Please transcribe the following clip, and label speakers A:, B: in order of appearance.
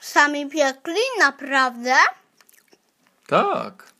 A: sami piekli, naprawdę?
B: Tak.